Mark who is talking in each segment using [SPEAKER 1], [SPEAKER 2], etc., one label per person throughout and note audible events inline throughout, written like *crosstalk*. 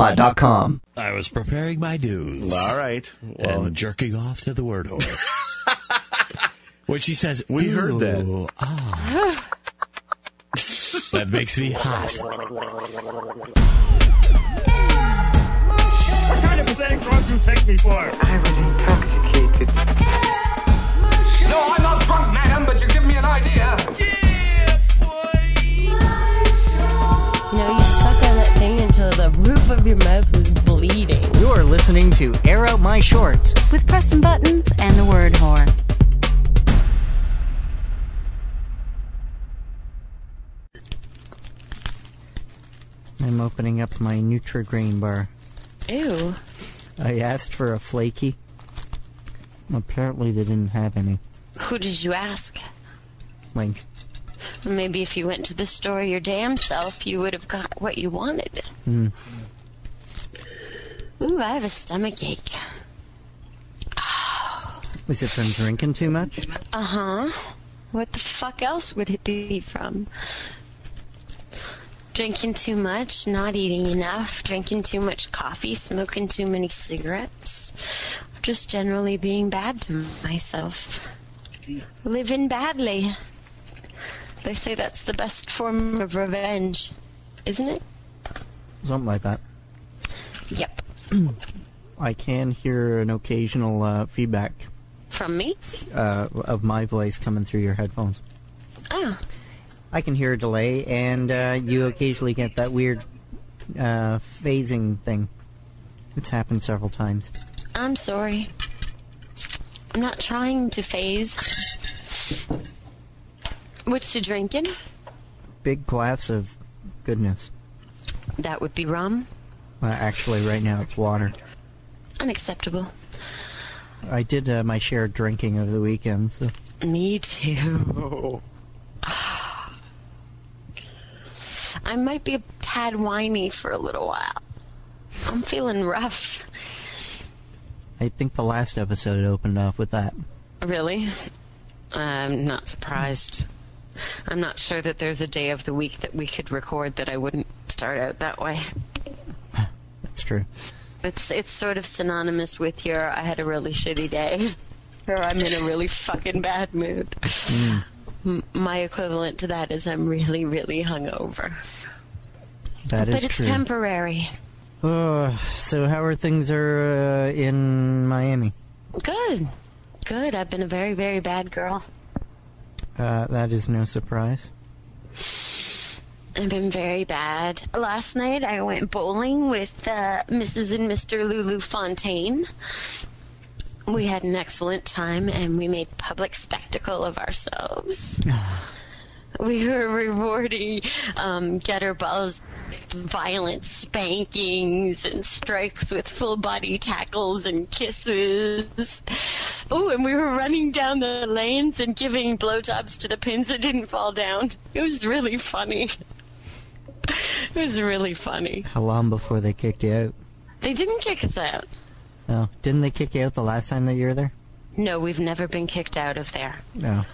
[SPEAKER 1] theitspot.com.
[SPEAKER 2] I was preparing my news.
[SPEAKER 3] All right. Well,
[SPEAKER 2] and jerking off to the word
[SPEAKER 3] *laughs*
[SPEAKER 2] whore. when she says,
[SPEAKER 3] We heard
[SPEAKER 2] "Ooh,
[SPEAKER 3] that." *laughs*
[SPEAKER 2] ah." that makes me hot.
[SPEAKER 4] What kind of pathetic drug you take me for? I was intoxicated.
[SPEAKER 5] No, I'm not drunk, madam, but you give me an idea.
[SPEAKER 6] You know, you suck on that thing until the roof of your mouth was bleeding.
[SPEAKER 1] You're listening to Air Out My Shorts.
[SPEAKER 7] with Preston Buttons and the Word Whore.
[SPEAKER 1] I'm opening up my Nutrigrain bar.
[SPEAKER 6] Ew.
[SPEAKER 1] I asked for a flaky. Apparently they didn't have any.
[SPEAKER 6] Who did you ask?
[SPEAKER 1] Link.
[SPEAKER 6] Maybe if you went to the store your damn self, you would have got what you wanted. Ooh, I have a stomach ache.
[SPEAKER 1] Is it from drinking too much?
[SPEAKER 6] Uh huh. What the fuck else would it be from? Drinking too much, not eating enough, drinking too much coffee, smoking too many cigarettes, just generally being bad to myself. Living badly. They say that's the best form of revenge, isn't it?
[SPEAKER 1] Something like that.
[SPEAKER 6] Yep.
[SPEAKER 1] I can hear an occasional uh, feedback
[SPEAKER 6] From me?
[SPEAKER 1] uh, of my voice coming through your headphones.
[SPEAKER 6] Ah,
[SPEAKER 1] I can hear a delay, and uh, you occasionally get that weird uh, phasing thing. It's happened several times.
[SPEAKER 6] I'm sorry. I'm not trying to phase. What you drinking?
[SPEAKER 1] Big glass of goodness.
[SPEAKER 6] That would be rum.
[SPEAKER 1] Well, actually, right now it's water.
[SPEAKER 6] Unacceptable.
[SPEAKER 1] I did uh, my share of drinking over the weekend, so
[SPEAKER 6] Me too. *sighs* I might be a tad whiny for a little while. I'm feeling rough.
[SPEAKER 1] I think the last episode opened off with that.
[SPEAKER 6] Really? I'm not surprised. I'm not sure that there's a day of the week that we could record that I wouldn't start out that way.
[SPEAKER 1] That's true.
[SPEAKER 6] It's it's sort of synonymous with your I had a really shitty day *laughs* or I'm in a really fucking bad mood. M- my equivalent to that is I'm really really hungover.
[SPEAKER 1] That is
[SPEAKER 6] but it's
[SPEAKER 1] true.
[SPEAKER 6] temporary.
[SPEAKER 1] Uh, so how are things are uh, in Miami?
[SPEAKER 6] Good. Good. I've been a very very bad girl.
[SPEAKER 1] Uh, that is no surprise.
[SPEAKER 6] I've been very bad. Last night I went bowling with uh, Mrs. and Mr. Lulu Fontaine. We had an excellent time and we made public spectacle of ourselves. we were rewarding um, gutter balls, violent spankings, and strikes with full body tackles and kisses. Oh, and we were running down the lanes and giving blowjobs to the pins that didn't fall down. It was really funny. *laughs* It was really funny.
[SPEAKER 1] How long before they kicked you out?
[SPEAKER 6] They didn't kick us out.
[SPEAKER 1] Oh, didn't they kick you out the last time that you were there?
[SPEAKER 6] No, we've never been kicked out of there.
[SPEAKER 1] No.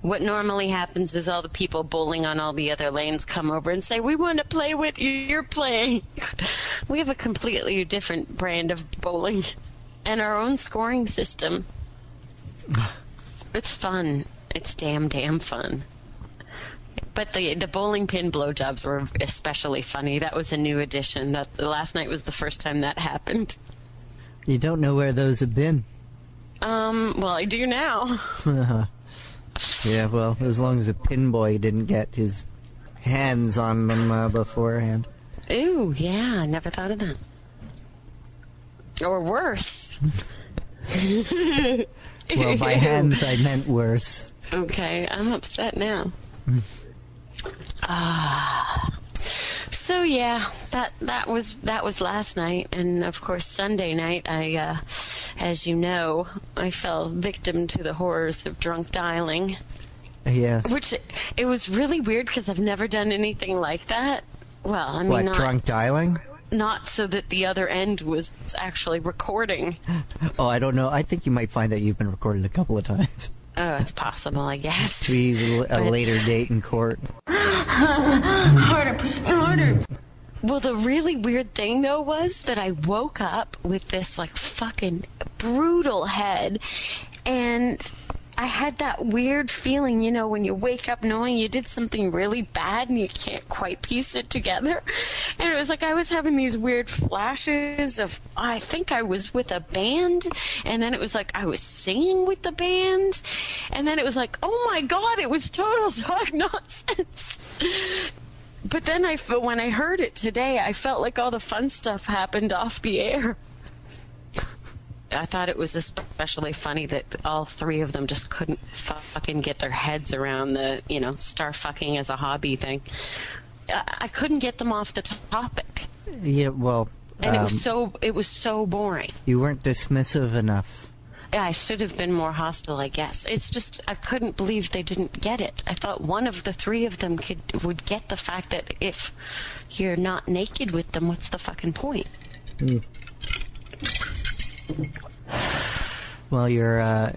[SPEAKER 6] What normally happens is all the people bowling on all the other lanes come over and say, We want to play what you're playing. *laughs* we have a completely different brand of bowling *laughs* and our own scoring system. It's fun. It's damn, damn fun. But the the bowling pin blowjobs were especially funny. That was a new addition. That last night was the first time that happened.
[SPEAKER 1] You don't know where those have been. *laughs*
[SPEAKER 6] Um, well, I do now.
[SPEAKER 1] Yeah, well, as long as a pin boy didn't get his hands on them uh, beforehand.
[SPEAKER 6] Ooh, yeah, I never thought of that. Or worse.
[SPEAKER 1] Well,
[SPEAKER 6] *laughs*
[SPEAKER 1] by hands I meant worse.
[SPEAKER 6] Okay, I'm upset now. Ah. So yeah, that that was that was last night, and of course Sunday night. I, uh, as you know, I fell victim to the horrors of drunk dialing,
[SPEAKER 1] Yes.
[SPEAKER 6] which it was really weird because I've never done anything like that. Well, I mean,
[SPEAKER 1] what,
[SPEAKER 6] not
[SPEAKER 1] drunk dialing?
[SPEAKER 6] not so that the other end was actually recording.
[SPEAKER 1] Oh, I don't know. I think you might find that you've been recorded a couple of times. *laughs*
[SPEAKER 6] Oh, it's possible, I guess.
[SPEAKER 1] To be a
[SPEAKER 6] But-
[SPEAKER 1] later date in court.
[SPEAKER 8] Harder, harder.
[SPEAKER 6] Well, the really weird thing though was that I woke up with this like fucking brutal head and I had that weird feeling, you know, when you wake up knowing you did something really bad and you can't quite piece it together. And it was like I was having these weird flashes of, I think I was with a band. And then it was like I was singing with the band. And then it was like, oh my God, it was total *laughs* dog nonsense. But then I, fe- when I heard it today, I felt like all the fun stuff happened off the air. I thought it was especially funny that all three of them just couldn't fu- fucking get their heads around the, you know, star fucking as a hobby thing. I, I couldn't get them off the topic,
[SPEAKER 1] Yeah, well,
[SPEAKER 6] and it
[SPEAKER 1] um,
[SPEAKER 6] was so it was so boring.
[SPEAKER 1] you weren't dismissive enough.
[SPEAKER 6] I should have been more hostile, I guess. It's just I couldn't believe they didn't get it. I thought one of the three of them could would get the fact that if you're not naked with them, what's the fucking point?
[SPEAKER 1] Well, you're uh,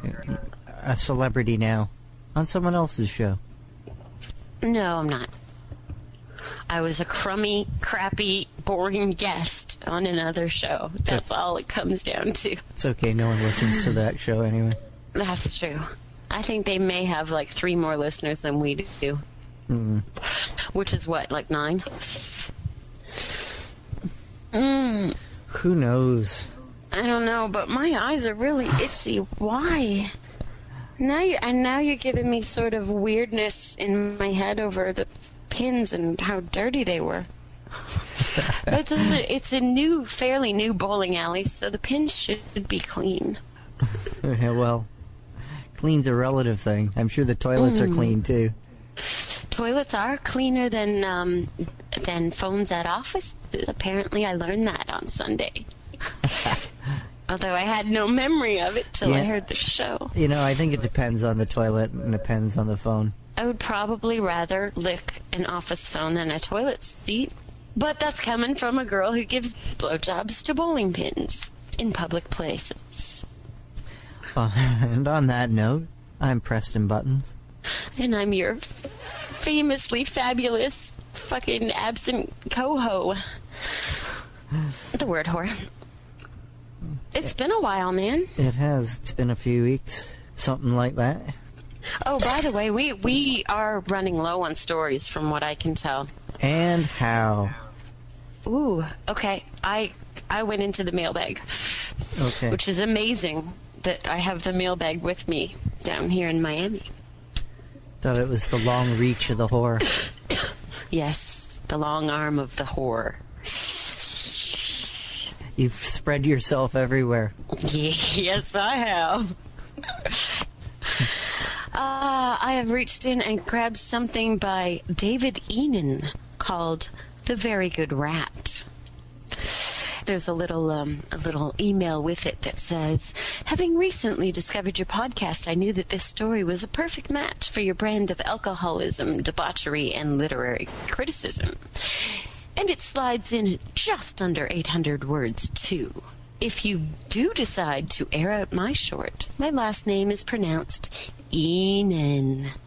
[SPEAKER 1] a celebrity now on someone else's show.
[SPEAKER 6] No, I'm not. I was a crummy, crappy, boring guest on another show. That's all it comes down to.
[SPEAKER 1] It's okay. No one listens to that show anyway.
[SPEAKER 6] That's true. I think they may have like three more listeners than we do, which is what, like nine? Mm.
[SPEAKER 1] Who knows? *laughs*
[SPEAKER 6] I don't know, but my eyes are really itchy. Why? Now you and now you're giving me sort of weirdness in my head over the pins and how dirty they were. it's, a, it's a new, fairly new bowling alley, so the pins should be clean.
[SPEAKER 1] Okay, well, clean's a relative thing. I'm sure the toilets
[SPEAKER 6] Mm.
[SPEAKER 1] are clean too.
[SPEAKER 6] Toilets are cleaner than um, than phones at offices. Apparently, I learned that on Sunday. Although I had no memory of it till I
[SPEAKER 1] Yeah.
[SPEAKER 6] heard the show.
[SPEAKER 1] You know, I think it depends on the toilet and depends on the phone.
[SPEAKER 6] I would probably rather lick an office phone than a toilet seat. But that's coming from a girl who gives blowjobs to bowling pins in public places.
[SPEAKER 1] Uh, and *laughs* on that note, I'm Preston Buttons.
[SPEAKER 6] And I'm your famously fabulous fucking absent coho. The word whore. It's been a while, man.
[SPEAKER 1] It has. It's been a few weeks, something like that.
[SPEAKER 6] Oh, by the way, we we are running low on stories from what I can tell.
[SPEAKER 1] And how?
[SPEAKER 6] Ooh, okay. I I went into the mailbag.
[SPEAKER 1] Okay.
[SPEAKER 6] which is amazing that I have the mailbag with me down here in Miami.
[SPEAKER 1] Thought it was the long reach of the whore.
[SPEAKER 6] Yes, the long arm of the whore.
[SPEAKER 1] You've spread yourself everywhere.
[SPEAKER 6] *laughs* Yes, I have. *laughs* uh, I have reached in and grabbed something by David Enan called "The Very Good Rat." There's a little um, a little email with it that says, "Having recently discovered your podcast, I knew that this story was a perfect match for your brand of alcoholism, debauchery, and literary criticism." And it slides in at just under 800 words, too. If you do decide to air out my short, my last name is pronounced Enan.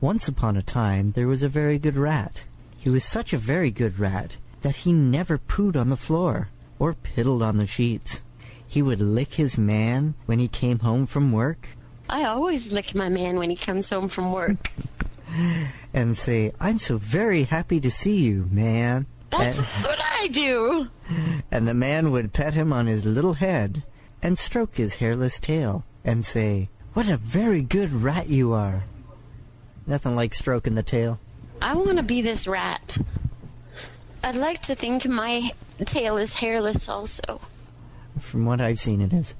[SPEAKER 1] Once upon a time, there was a very good rat. He was such a very good rat that he never pooed on the floor or piddled on the sheets. He would lick his man when he came home from work
[SPEAKER 6] I always lick my man when he comes home from work.
[SPEAKER 1] and say, I'm so very happy to see you, man.
[SPEAKER 6] That's
[SPEAKER 1] And,
[SPEAKER 6] what I do.
[SPEAKER 1] and the man would pet him on his little head and stroke his hairless tail and say, What a very good rat you are. Nothing like stroking the tail.
[SPEAKER 6] I want to be this rat. I'd like to think my tail is hairless also.
[SPEAKER 1] From what I've seen, it is.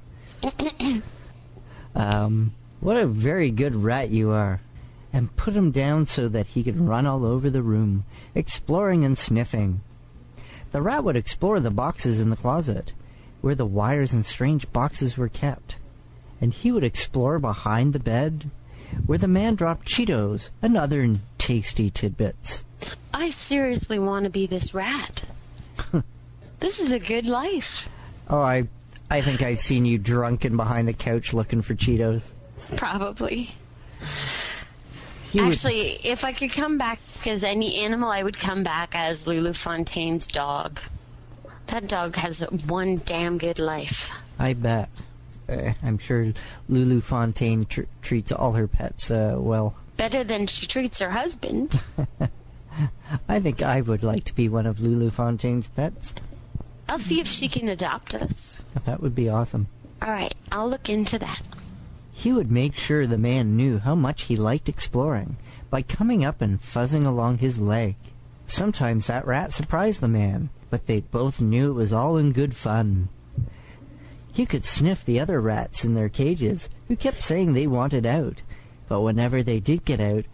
[SPEAKER 1] um, what a very good rat you are. And put him down so that he could run all over the room, exploring and sniffing. The rat would explore the boxes in the closet, where the wires and strange boxes were kept. And he would explore behind the bed, where the man dropped Cheetos and other tasty tidbits.
[SPEAKER 6] I seriously want to be this rat. this is a good life.
[SPEAKER 1] Oh, I, I think I've seen you drunken behind the couch looking for Cheetos.
[SPEAKER 6] Probably.
[SPEAKER 1] He would-
[SPEAKER 6] Actually, if I could come back as any animal, I would come back as Lulu Fontaine's dog. That dog has one damn good life.
[SPEAKER 1] I bet. Uh, I'm sure Lulu Fontaine tr- treats all her pets uh, well.
[SPEAKER 6] Better than she treats her husband.
[SPEAKER 1] I think I would like to be one of Lulu Fontaine's pets.
[SPEAKER 6] I'll see if she can adopt us.
[SPEAKER 1] That would be awesome.
[SPEAKER 6] All right, I'll look into that.
[SPEAKER 1] He would make sure the man knew how much he liked exploring by coming up and fuzzing along his leg. Sometimes that rat surprised the man, but they both knew it was all in good fun. He could sniff the other rats in their cages, who kept saying they wanted out, but whenever they did get out,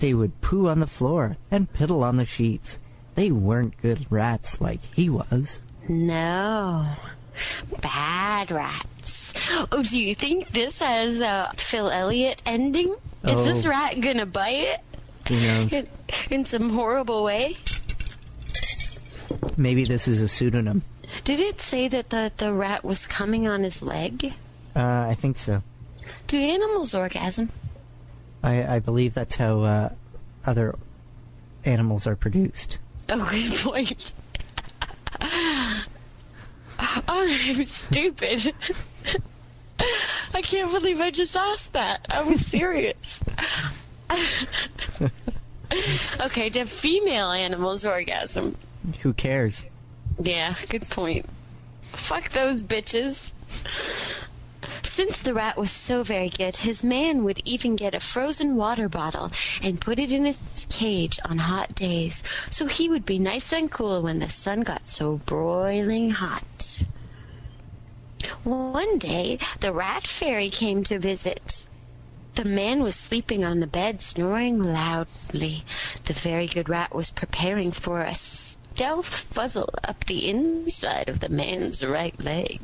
[SPEAKER 1] they would poo on the floor and piddle on the sheets. They weren't good rats like he was.
[SPEAKER 6] No. Bad rats. Oh, do you think this has a Phil Elliott ending? Is this
[SPEAKER 1] Oh.
[SPEAKER 6] rat gonna bite
[SPEAKER 1] Who knows?
[SPEAKER 6] it in some horrible way?
[SPEAKER 1] Maybe this is a pseudonym.
[SPEAKER 6] Did it say that the, the rat was coming on his leg?
[SPEAKER 1] Uh, I think so.
[SPEAKER 6] Do animals orgasm?
[SPEAKER 1] I, I believe that's how uh, other animals are produced.
[SPEAKER 6] Oh, good point. *laughs* I'm Oh, stupid. *laughs* I can't believe I just asked that. I'm serious. *laughs* okay, do female animals orgasm?
[SPEAKER 1] Who cares?
[SPEAKER 6] Yeah, good point. Fuck those bitches. Since the rat was so very good, his man would even get a frozen water bottle and put it in his cage on hot days, so he would be nice and cool when the sun got so broiling hot. One day, the rat fairy came to visit. The man was sleeping on the bed, snoring loudly. The very good rat was preparing for a stealth fuzzle up the inside of the man's right leg.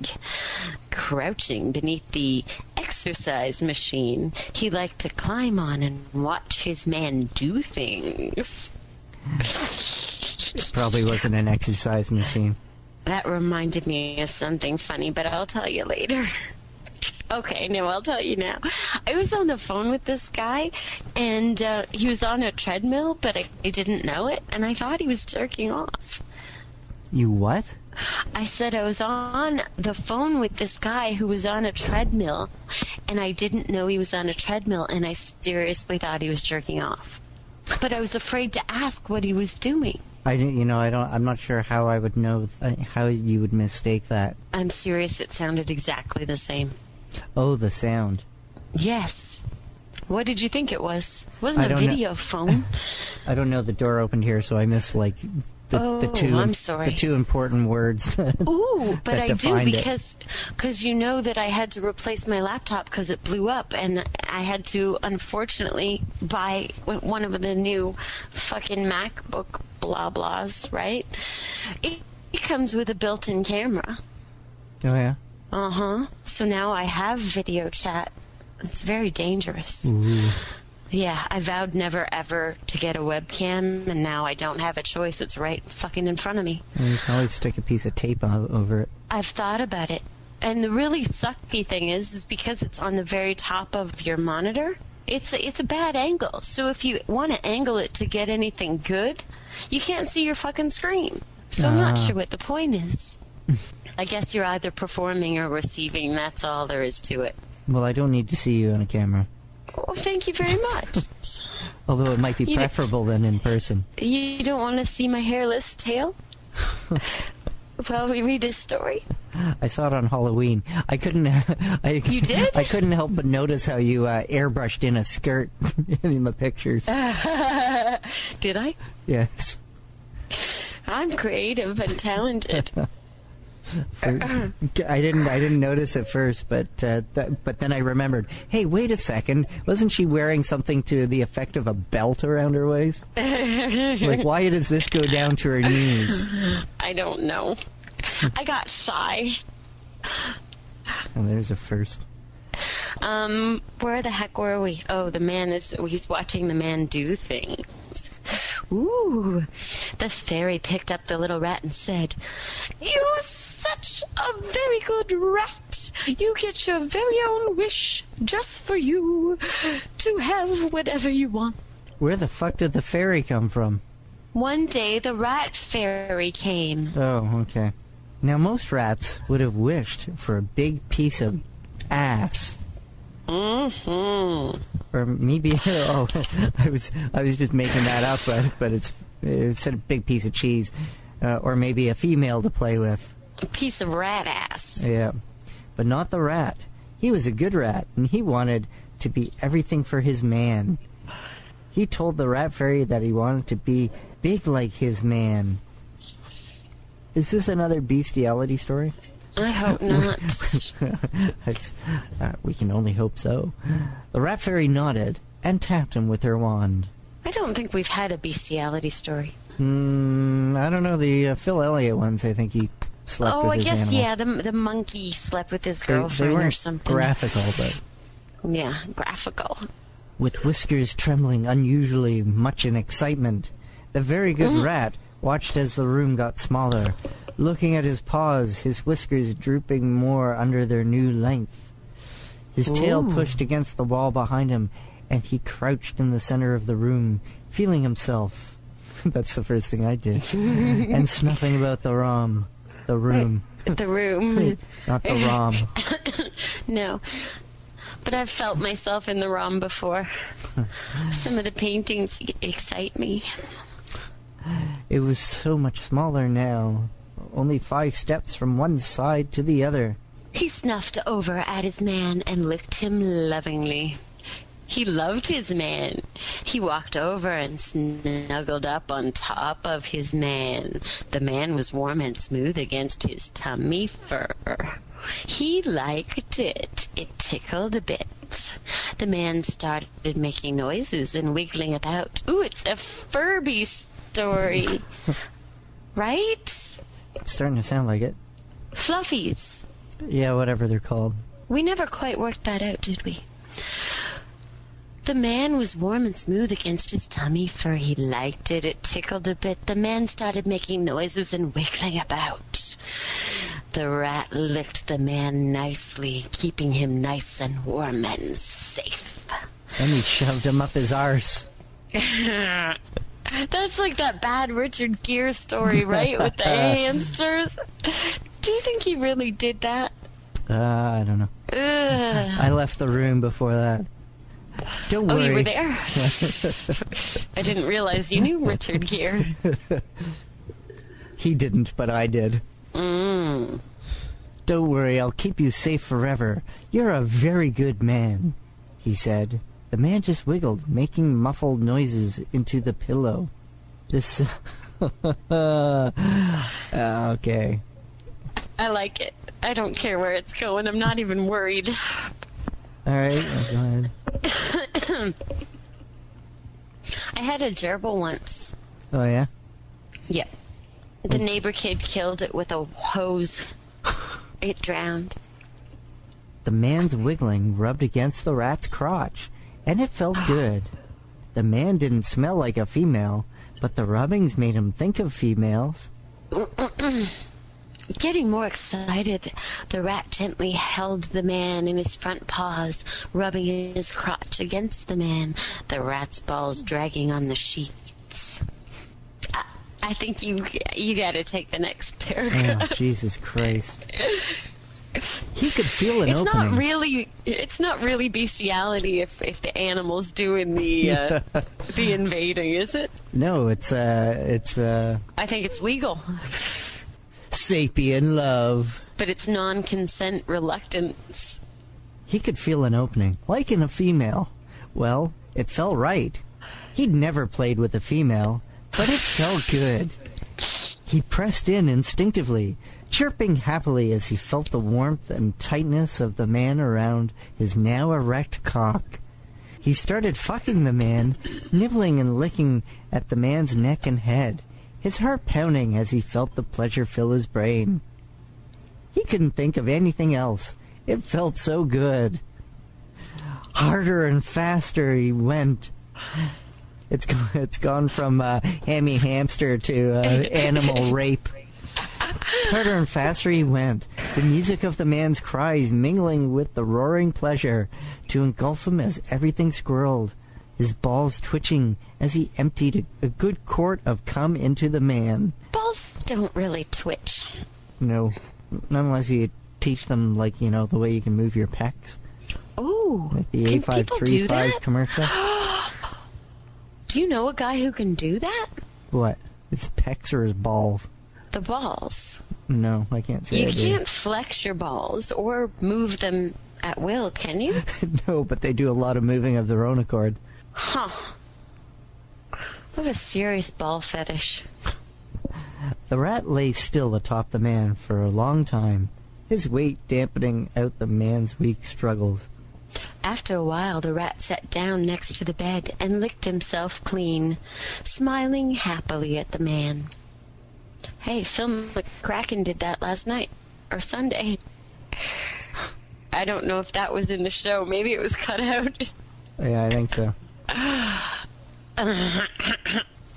[SPEAKER 6] Crouching beneath the exercise machine, he liked to climb on and watch his man do things.
[SPEAKER 1] Probably wasn't an exercise machine.
[SPEAKER 6] That reminded me of something funny, but I'll tell you later. *laughs* Okay, no, I'll tell you now. I was on the phone with this guy, and uh, he was on a treadmill, but I, I didn't know it, and I thought he was jerking off.
[SPEAKER 1] You what?
[SPEAKER 6] I said I was on the phone with this guy who was on a treadmill, and I didn't know he was on a treadmill, and I seriously thought he was jerking off. But I was afraid to ask what he was doing.
[SPEAKER 1] I didn't. You know, I don't. I'm not sure how I would know th- how you would mistake that.
[SPEAKER 6] I'm serious, it sounded exactly the same.
[SPEAKER 1] Oh, the sound.
[SPEAKER 6] Yes. What did you think it was? It wasn't
[SPEAKER 1] I
[SPEAKER 6] a
[SPEAKER 1] don't know. *laughs*
[SPEAKER 6] video phone.
[SPEAKER 1] I don't know. The door opened here, so I missed like the, the
[SPEAKER 6] Oh,
[SPEAKER 1] 2
[SPEAKER 6] I'm sorry.
[SPEAKER 1] the two important words. *laughs* Oh,
[SPEAKER 6] Ooh, but
[SPEAKER 1] That
[SPEAKER 6] I do
[SPEAKER 1] defined it.
[SPEAKER 6] because cause you know that I had to replace my laptop because it blew up, and I had to unfortunately buy one of the new fucking MacBook blah blahs. Right? It, it comes with a built-in
[SPEAKER 1] oh
[SPEAKER 6] camera.
[SPEAKER 1] yeah.
[SPEAKER 6] Uh huh. So now I have video chat. It's very dangerous. Yeah, I vowed never ever to get a webcam, and now I don't have a choice. It's right fucking in front of me.
[SPEAKER 1] And you can always stick a piece of tape o- over it.
[SPEAKER 6] I've thought about it. And the really sucky thing is, is because it's on the very top of your monitor. It's a, it's a bad angle. So if you want to angle it to get anything good, you can't see your fucking screen. So I'm not
[SPEAKER 1] Ah.
[SPEAKER 6] sure what the point is. I guess you're either performing or receiving. That's all there is to it.
[SPEAKER 1] Well, I don't need to see you on a camera.
[SPEAKER 6] Well, thank you very much.
[SPEAKER 1] Although it might be
[SPEAKER 6] You know-
[SPEAKER 1] preferable than in person.
[SPEAKER 6] you don't want to see my hairless *laughs* tail? While we read his story?
[SPEAKER 1] I saw it on Halloween. I couldn't. *laughs* I,
[SPEAKER 6] You did?
[SPEAKER 1] I couldn't help but notice how you uh, airbrushed in a skirt *laughs* in the pictures.
[SPEAKER 6] Uh. Did I?
[SPEAKER 1] yes,
[SPEAKER 6] I'm creative and *laughs* talented.
[SPEAKER 1] I didn't. I didn't notice at first, but uh, th- but then I remembered. Hey, wait a second! Wasn't she wearing something to the effect of a belt around her
[SPEAKER 6] *laughs*
[SPEAKER 1] waist? like, why does this go down to her knees?
[SPEAKER 6] I don't know. I got shy.
[SPEAKER 1] And there's a first.
[SPEAKER 6] Um, where the heck were we? Oh, the man is, he's watching the man do things. Ooh. The fairy picked up the little rat and said, You're such a very good rat. You get your very own wish just for you to have whatever you want.
[SPEAKER 1] Where the fuck did the fairy come from?
[SPEAKER 6] One day the rat fairy came.
[SPEAKER 1] Oh, okay. Now, most rats would have wished for a big piece of ass.
[SPEAKER 6] Mm-hmm.
[SPEAKER 1] Or maybe, *laughs* oh, I was, I was just making that up, but, but it's, it said a big piece of cheese. Uh, or maybe a female to play with.
[SPEAKER 6] A piece of rat ass.
[SPEAKER 1] Yeah. But not the rat. He was a good rat, and he wanted to be everything for his man. He told the rat fairy that he wanted to be big like his man. Is this another bestiality story? *laughs*
[SPEAKER 6] I hope not.
[SPEAKER 1] It's- uh, we can only hope so. The rat fairy nodded and tapped him with her wand.
[SPEAKER 6] I don't think we've had a bestiality story.
[SPEAKER 1] Hmm, I don't know the uh, Phil Elliott ones. I think he slept
[SPEAKER 6] Oh,
[SPEAKER 1] with
[SPEAKER 6] I
[SPEAKER 1] his
[SPEAKER 6] guess
[SPEAKER 1] animals.
[SPEAKER 6] yeah. The the monkey slept with his
[SPEAKER 1] They-
[SPEAKER 6] girlfriend
[SPEAKER 1] they
[SPEAKER 6] or
[SPEAKER 1] weren't
[SPEAKER 6] something.
[SPEAKER 1] graphical, but
[SPEAKER 6] yeah,
[SPEAKER 1] *laughs*
[SPEAKER 6] graphical.
[SPEAKER 1] with whiskers trembling unusually much in excitement. The very good rat watched as the room got smaller, looking at his paws, his whiskers drooping more under their new length. His tail pushed against the wall behind him, and he crouched in the center of the room, feeling himself. *laughs* That's the first thing I did. and snuffing about the rom, the room,
[SPEAKER 6] The room.
[SPEAKER 1] not the rom.
[SPEAKER 6] no, but I've felt myself in the
[SPEAKER 1] *laughs*
[SPEAKER 6] ROM before. Some of the paintings excite me.
[SPEAKER 1] It was so much smaller now, only five steps from one side to the other.
[SPEAKER 6] He snuffed over at his man and licked him lovingly. He loved his man. He walked over and snuggled up on top of his man. The man was warm and smooth against his tummy fur. He liked it. It tickled a bit. The man started making noises and wiggling about. Ooh, it's a Furby story. right?
[SPEAKER 1] It's starting to sound like it.
[SPEAKER 6] Fluffies.
[SPEAKER 1] Yeah, whatever they're called.
[SPEAKER 6] We never quite worked that out, did we? The man was warm and smooth against his tummy, for he liked it. It tickled a bit. The man started making noises and wiggling about. The rat licked the man nicely, keeping him nice and warm and safe.
[SPEAKER 1] And he shoved him up his arse.
[SPEAKER 6] That's like that bad Richard Gere story, right? With *laughs* the hamsters. Do you think he really did that?
[SPEAKER 1] Uh, I don't know.
[SPEAKER 6] Ugh.
[SPEAKER 1] I left the room before that. Don't
[SPEAKER 6] Oh,
[SPEAKER 1] worry.
[SPEAKER 6] you were *laughs* there? I didn't realize you knew Richard Gere.
[SPEAKER 1] He didn't, but I did.
[SPEAKER 6] Mm.
[SPEAKER 1] Don't worry, I'll keep you safe forever. You're a very good man, he said. The man just wiggled, making muffled noises into the pillow. This. *laughs* Uh, okay.
[SPEAKER 6] I like it. I don't care where it's going. I'm not even worried.
[SPEAKER 1] Alright, oh, go ahead.
[SPEAKER 6] I had a gerbil once.
[SPEAKER 1] Oh, yeah?
[SPEAKER 6] Yep. The neighbor kid killed it with a hose. It drowned.
[SPEAKER 1] The man's wiggling rubbed against the rat's crotch, and it felt good. The man didn't smell like a female, but the rubbings made him think of females.
[SPEAKER 6] Getting more excited, the rat gently held the man in his front paws, rubbing his crotch against the man, the rat's balls dragging on the sheets. I- I think you you got to take the next paragraph. *laughs*
[SPEAKER 1] Oh, Jesus Christ. He could feel an
[SPEAKER 6] it's
[SPEAKER 1] opening.
[SPEAKER 6] not really it's not really bestiality if, if the animals doing
[SPEAKER 1] *laughs*
[SPEAKER 6] the uh, the invading, is it?
[SPEAKER 1] no, it's, uh, it's, uh,
[SPEAKER 6] I think it's legal,
[SPEAKER 1] sapien love.
[SPEAKER 6] but it's non-consent reluctance.
[SPEAKER 1] He could feel an opening, like in a female. Well, it felt right. He'd never played with a female, but it felt good. He pressed in instinctively, chirping happily as he felt the warmth and tightness of the man around his now erect cock. He started fucking the man, nibbling and licking at the man's neck and head, his heart pounding as he felt the pleasure fill his brain. He couldn't think of anything else. It felt so good. Harder and faster he went. It's go- *laughs* it's gone from uh, hammy hamster to uh, animal rape. Harder and faster he went, the music of the man's cries mingling with the roaring pleasure to engulf him as everything swirled, his balls twitching as he emptied a, a good quart of cum into the man.
[SPEAKER 6] Balls don't really twitch.
[SPEAKER 1] No, not unless you teach them, like, you know, the way you can move your pecs.
[SPEAKER 6] Ooh,
[SPEAKER 1] Like the
[SPEAKER 6] can people
[SPEAKER 1] A5335
[SPEAKER 6] do that? *gasps*
[SPEAKER 1] commercial.
[SPEAKER 6] do you know a guy who can do that?
[SPEAKER 1] what? His pecs or his balls?
[SPEAKER 6] The balls.
[SPEAKER 1] No, I can't say
[SPEAKER 6] You
[SPEAKER 1] I do.
[SPEAKER 6] can't flex your balls or move them at will,
[SPEAKER 1] *laughs*
[SPEAKER 6] can you?
[SPEAKER 1] no, but they do a lot of moving of their own accord.
[SPEAKER 6] I have a serious ball fetish.
[SPEAKER 1] The rat lay still atop the man for a long time, his weight dampening out the man's weak struggles.
[SPEAKER 6] After a while, the rat sat down next to the bed and licked himself clean, smiling happily at the man. Hey, Phil McCracken did that last night, or
[SPEAKER 1] *laughs*
[SPEAKER 6] Sunday. I don't know if that was in the show. Maybe it was cut out. *laughs*
[SPEAKER 1] Yeah, I think so.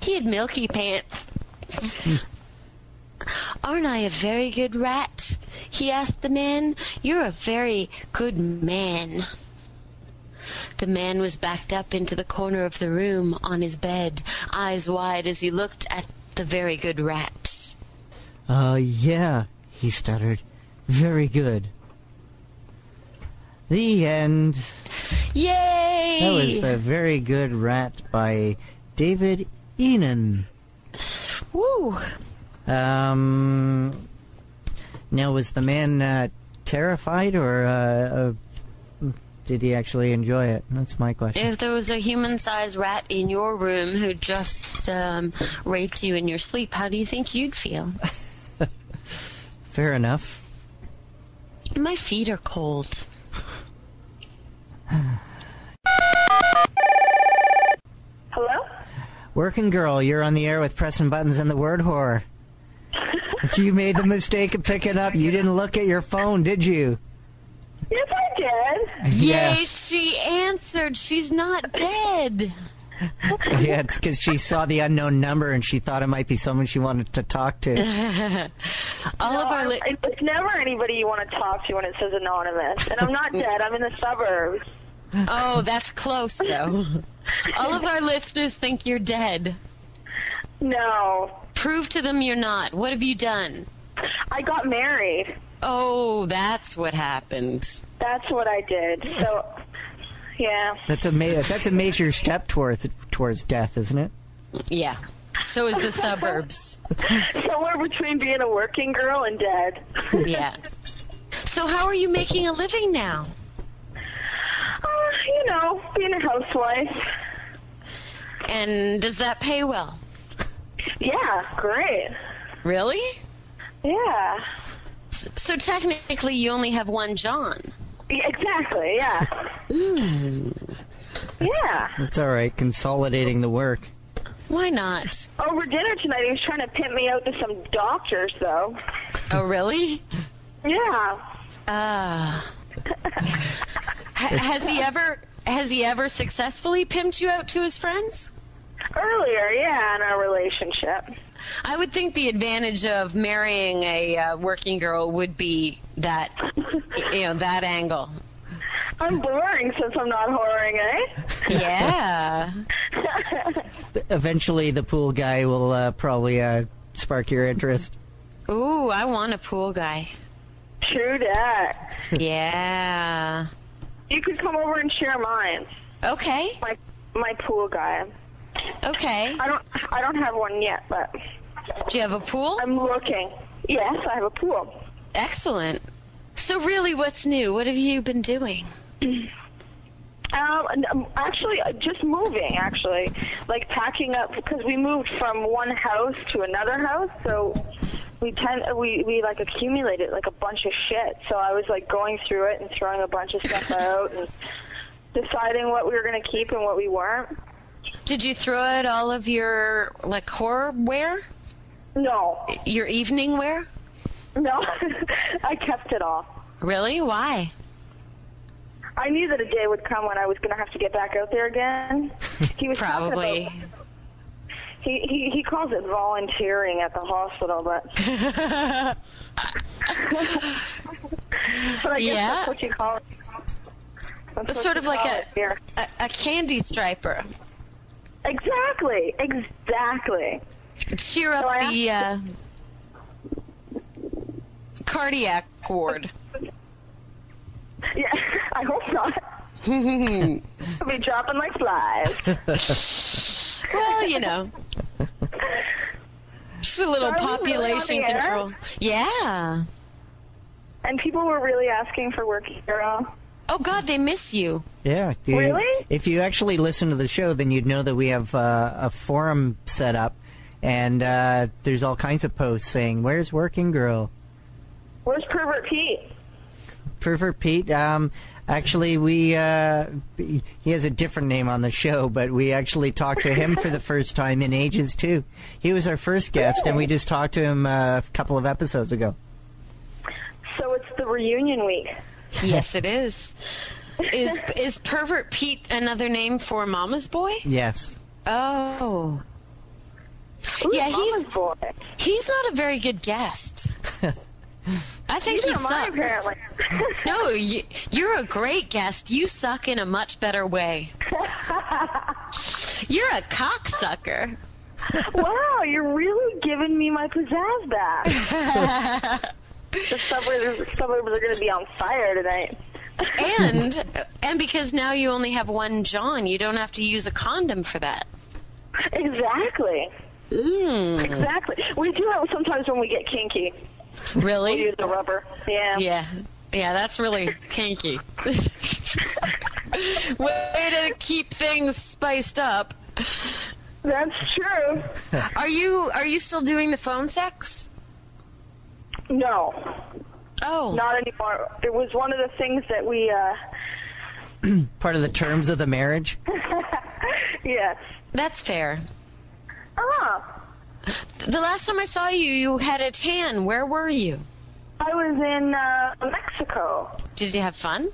[SPEAKER 6] He had milky pants. *laughs* Aren't I a very good rat? He asked the man. You're a very good man. The man was backed up into the corner of the room on his bed, eyes wide as he looked at the very good rat.
[SPEAKER 1] Uh, yeah, he stuttered. Very good. The end.
[SPEAKER 6] Yay!
[SPEAKER 1] That was The Very Good Rat by David Enan.
[SPEAKER 6] Woo!
[SPEAKER 1] Um, now, was the man uh, terrified or uh, uh, did he actually enjoy it? That's my question.
[SPEAKER 6] If there was a human-sized rat in your room who just um, raped you in your sleep, how do you think you'd feel?
[SPEAKER 1] Fair enough.
[SPEAKER 6] My feet are cold.
[SPEAKER 3] Hello?
[SPEAKER 1] Working girl, you're on the air with pressing buttons and the word horror. So *laughs* you made the mistake of picking up. You didn't look at your phone, did you?
[SPEAKER 3] Yes, I did.
[SPEAKER 6] Yay, she answered. She's not dead.
[SPEAKER 1] Yeah, *laughs* yeah it's because she saw the unknown number and she thought it might be someone she wanted to talk to.
[SPEAKER 6] All of our li-
[SPEAKER 3] It's never anybody you want to talk to when it says anonymous. And I'm not dead. I'm in the suburbs.
[SPEAKER 6] Oh, that's close *laughs* though. All of our listeners think you're dead.
[SPEAKER 3] No.
[SPEAKER 6] Prove to them you're not. What have you done?
[SPEAKER 3] I got married.
[SPEAKER 6] Oh, that's what happened.
[SPEAKER 3] That's what I did. So, yeah.
[SPEAKER 1] That's a ma- that's a major step towards towards death, isn't it?
[SPEAKER 6] Yeah. So is the *laughs* suburbs.
[SPEAKER 3] Somewhere between being a working girl and dead.
[SPEAKER 6] Yeah. So how are you making a living now?
[SPEAKER 3] Uh, you know, being a housewife.
[SPEAKER 6] And does that pay well?
[SPEAKER 3] Yeah, great.
[SPEAKER 6] Really?
[SPEAKER 3] Yeah.
[SPEAKER 6] S- So technically you only have one John.
[SPEAKER 3] Yeah, Exactly, yeah. Yeah.
[SPEAKER 1] That's all right. Consolidating the work.
[SPEAKER 6] Why not?
[SPEAKER 3] Over dinner tonight, he was trying to pimp me out to some doctors, though.
[SPEAKER 6] Oh, really?
[SPEAKER 3] Yeah.
[SPEAKER 6] Uh, ha- has he ever has he ever successfully pimped you out to his friends?
[SPEAKER 3] Earlier, yeah, in our relationship.
[SPEAKER 6] I would think the advantage of marrying a uh, working girl would be that y- you know that angle.
[SPEAKER 3] I'm boring since I'm not whoring, eh?
[SPEAKER 6] Yeah.
[SPEAKER 1] Eventually, the pool guy will uh, probably uh, spark your interest.
[SPEAKER 6] Ooh, I want a pool guy.
[SPEAKER 3] *laughs* True that.
[SPEAKER 6] Yeah.
[SPEAKER 3] You could come over and share mine.
[SPEAKER 6] Okay.
[SPEAKER 3] My my pool guy.
[SPEAKER 6] Okay.
[SPEAKER 3] I don't I don't have one yet, but
[SPEAKER 6] Do you have a pool?
[SPEAKER 3] I'm looking. Yes, I have a pool.
[SPEAKER 6] Excellent. So really, what's new? What have you been doing?
[SPEAKER 3] Um, and, um, actually, uh, just moving. Actually, like packing up because we moved from one house to another house, so we tend we we like accumulated like a bunch of shit. So I was like going through it and throwing a bunch of stuff out and deciding what we were gonna keep and what we weren't.
[SPEAKER 6] Did you throw out all of your like horror wear?
[SPEAKER 3] No,
[SPEAKER 6] Your evening wear?
[SPEAKER 3] no, *laughs* I kept it all.
[SPEAKER 6] Really? Why?
[SPEAKER 3] I knew that a day would come when I was gonna have to get back out there again. He was talking
[SPEAKER 6] Probably.
[SPEAKER 3] about- He, he he calls it volunteering at the hospital,
[SPEAKER 6] *laughs*
[SPEAKER 3] but but I guess
[SPEAKER 6] Yeah.
[SPEAKER 3] that's what you call it. That's what
[SPEAKER 6] It's sort
[SPEAKER 3] you
[SPEAKER 6] of like
[SPEAKER 3] call
[SPEAKER 6] a,
[SPEAKER 3] it here.
[SPEAKER 6] a a candy striper.
[SPEAKER 3] Exactly. Exactly.
[SPEAKER 6] Cheer
[SPEAKER 3] So
[SPEAKER 6] up
[SPEAKER 3] I
[SPEAKER 6] the uh, cardiac ward.
[SPEAKER 3] Yeah. *laughs* I hope not.
[SPEAKER 6] *laughs*
[SPEAKER 3] I'll be dropping like flies.
[SPEAKER 6] Well, *laughs* you know. Just a little
[SPEAKER 3] Are we really on the
[SPEAKER 6] population
[SPEAKER 3] air?
[SPEAKER 6] control. Yeah.
[SPEAKER 3] And people were really asking for work uh, hero.
[SPEAKER 6] Oh God, they miss you.
[SPEAKER 1] Yeah, dude.
[SPEAKER 3] Really?
[SPEAKER 1] If you actually listen to the show, then you'd know that we have uh, a forum set up, and uh, there's all kinds of posts saying, "Where's Working Girl?"
[SPEAKER 3] Where's Pervert Pete?
[SPEAKER 1] Pervert Pete. Um, actually, we uh, he has a different name on the show, but we actually talked to him for the first time in ages too. He was our first guest, and we just talked to him uh, a couple of episodes ago.
[SPEAKER 3] So it's the reunion week.
[SPEAKER 6] Yes, it is. Is is pervert Pete another name for Mama's boy?
[SPEAKER 1] Yes.
[SPEAKER 6] Oh,
[SPEAKER 3] Ooh,
[SPEAKER 6] Yeah, he's-
[SPEAKER 3] Mama's boy.
[SPEAKER 6] he's not a very good *laughs* guest. I think
[SPEAKER 3] Neither
[SPEAKER 6] he
[SPEAKER 3] am I,
[SPEAKER 6] sucks.
[SPEAKER 3] apparently.
[SPEAKER 6] No, you, you're a great guest. You suck in a much better way. you're a cocksucker.
[SPEAKER 3] wow, you're really giving me my pizzazz back. the suburbs, the suburbs are going to be on fire tonight. *laughs*
[SPEAKER 6] And and because now you only have one John, you don't have to use a condom for that.
[SPEAKER 3] Exactly. Hmm.
[SPEAKER 6] Mm,
[SPEAKER 3] Exactly. We do have sometimes when we get kinky, we
[SPEAKER 6] really?
[SPEAKER 3] use the rubber. Yeah.
[SPEAKER 6] Yeah. Yeah, that's really kinky. *laughs* Way to keep things spiced up.
[SPEAKER 3] That's true.
[SPEAKER 6] Are you are you still doing the phone sex?
[SPEAKER 3] No,
[SPEAKER 6] Oh.
[SPEAKER 3] not anymore. It was one of the things that we, uh,
[SPEAKER 1] Part of the terms of the marriage.
[SPEAKER 3] yes.
[SPEAKER 6] That's fair.
[SPEAKER 3] Ah,
[SPEAKER 6] The last time I saw you, you had a tan. Where were you?
[SPEAKER 3] I was in uh, Mexico.
[SPEAKER 6] Did you have fun?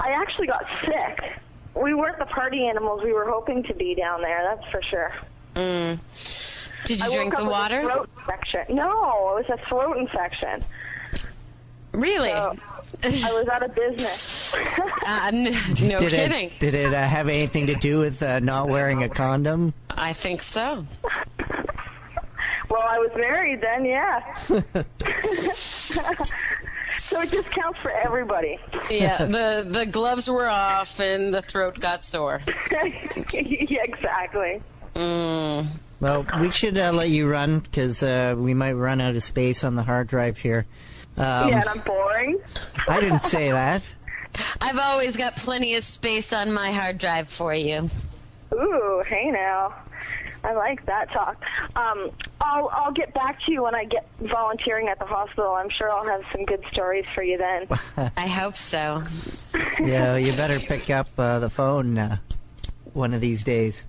[SPEAKER 3] I actually got sick. We weren't the party animals we were hoping to be down there, that's for sure.
[SPEAKER 6] Mm. Did you
[SPEAKER 3] I
[SPEAKER 6] drink
[SPEAKER 3] woke
[SPEAKER 6] the
[SPEAKER 3] up with a
[SPEAKER 6] water?
[SPEAKER 3] throat infection. No, it was a throat infection.
[SPEAKER 6] Really?
[SPEAKER 3] So I was out
[SPEAKER 6] *laughs*
[SPEAKER 3] of business. *laughs*
[SPEAKER 6] Uh, n- no
[SPEAKER 1] did
[SPEAKER 6] kidding.
[SPEAKER 1] It, did it uh, have anything to do with uh, not wearing a condom?
[SPEAKER 6] I think so.
[SPEAKER 3] well, I was married then, yeah. *laughs* so it just counts for everybody. *laughs*
[SPEAKER 1] *laughs*
[SPEAKER 6] Yeah, the the gloves were off and the throat got sore.
[SPEAKER 3] yeah, exactly.
[SPEAKER 6] Mm.
[SPEAKER 1] Well, we should uh, let you run because uh, we might run out of space on the hard drive here. Um,
[SPEAKER 3] yeah, and I'm boring.
[SPEAKER 1] I didn't say that.
[SPEAKER 6] I've always got plenty of space on my hard drive for you.
[SPEAKER 3] Ooh, hey now. I like that talk. Um, I'll I'll get back to you when I get volunteering at the hospital. I'm sure I'll have some good stories for you then.
[SPEAKER 6] I hope so.
[SPEAKER 1] *laughs* Yeah, you better pick up uh, the phone uh, one of these days.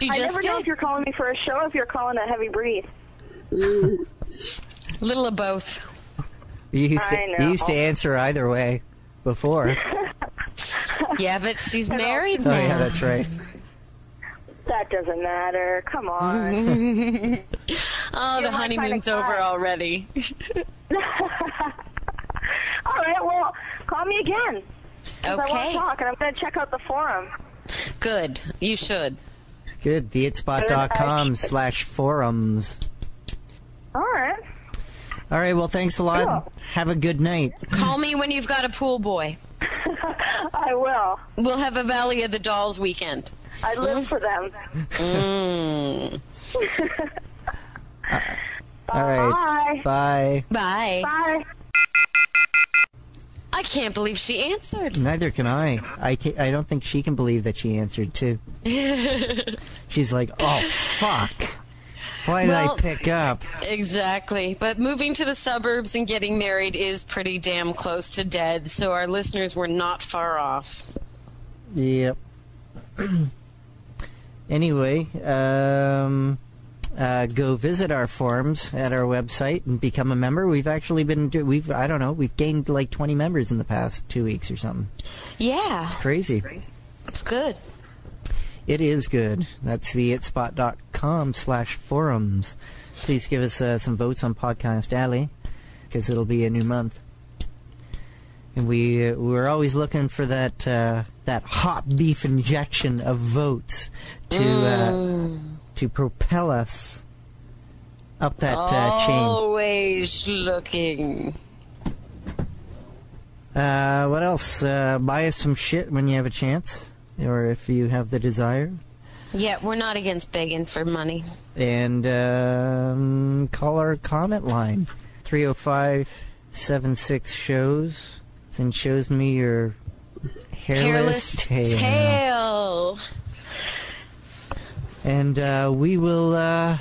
[SPEAKER 6] You
[SPEAKER 3] I
[SPEAKER 6] just
[SPEAKER 3] never know if
[SPEAKER 6] did.
[SPEAKER 3] you're calling me for a show if you're calling a heavy breathe.
[SPEAKER 6] Little of both.
[SPEAKER 1] You used
[SPEAKER 3] I
[SPEAKER 1] to,
[SPEAKER 3] know.
[SPEAKER 1] you used to answer either way before.
[SPEAKER 3] *laughs*
[SPEAKER 6] Yeah, but she's married
[SPEAKER 1] Oh
[SPEAKER 6] now.
[SPEAKER 1] yeah, that's right.
[SPEAKER 3] That doesn't matter.
[SPEAKER 6] *laughs*
[SPEAKER 3] Come on.
[SPEAKER 6] Oh, the
[SPEAKER 3] my kind of
[SPEAKER 6] honeymoon's over
[SPEAKER 3] guy.
[SPEAKER 6] already.
[SPEAKER 3] All right. Well, call me again. 'cause I want
[SPEAKER 6] Okay,
[SPEAKER 3] to talk, and I'm going to check out the forum.
[SPEAKER 6] good. You should.
[SPEAKER 1] Good. Theitspot.com slash forums.
[SPEAKER 3] All right. *laughs*
[SPEAKER 1] All right. Well, thanks a lot. Have a good night.
[SPEAKER 6] Call me when you've got a pool boy.
[SPEAKER 3] I will.
[SPEAKER 6] We'll have a Valley of the Dolls weekend.
[SPEAKER 3] I live for them.
[SPEAKER 6] Mm.
[SPEAKER 1] All right. Bye.
[SPEAKER 6] Bye.
[SPEAKER 3] Bye.
[SPEAKER 6] I can't believe she answered.
[SPEAKER 1] Neither can I. I, ca I don't think she can believe that she answered too. She's like, oh fuck. Why did
[SPEAKER 6] Well-
[SPEAKER 1] I pick up?
[SPEAKER 6] Exactly. But moving to the suburbs and getting married is pretty damn close to dead, so our listeners were not far off.
[SPEAKER 1] Yep. *clears throat* anyway, um, uh, go visit our forums at our website and become a member. We've actually been do- we've I don't know we've gained like twenty members in the past two weeks or something.
[SPEAKER 6] Yeah,
[SPEAKER 1] Crazy.
[SPEAKER 6] it's good.
[SPEAKER 1] It is good. That's the itspot.com slash forums. Please give us uh, some votes on Podcast Alley because it'll be a new month. And we uh, we were always looking for that uh, that hot beef injection of votes to uh, to propel us up that uh, chain.
[SPEAKER 6] Oh. Always looking.
[SPEAKER 1] Uh, what else? Uh, buy us some shit when you have a chance, or if you have the desire.
[SPEAKER 6] Yeah, we're not against begging for money.
[SPEAKER 1] and um, call our comment line 305 76 shows and shows me your hairless, tail.
[SPEAKER 6] tail.
[SPEAKER 1] and uh, we will uh,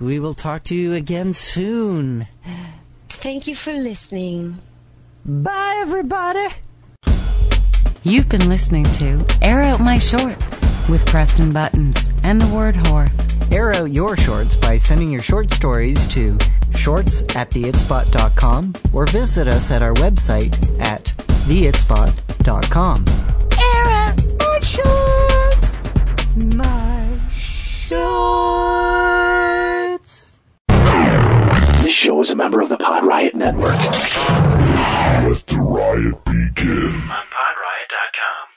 [SPEAKER 1] we will talk to you again soon
[SPEAKER 6] Thank you for listening.
[SPEAKER 1] bye everybody
[SPEAKER 7] You've been listening to Air Out My Shorts with Preston Buttons and the Word Whore.
[SPEAKER 1] air out your shorts by sending your short stories to shorts at theitspot.com or visit us at our website at theitspot.com air out my shorts my shorts
[SPEAKER 8] This show is a member of the Pod Riot Network.
[SPEAKER 9] Let the riot begin.
[SPEAKER 8] On podriot.com.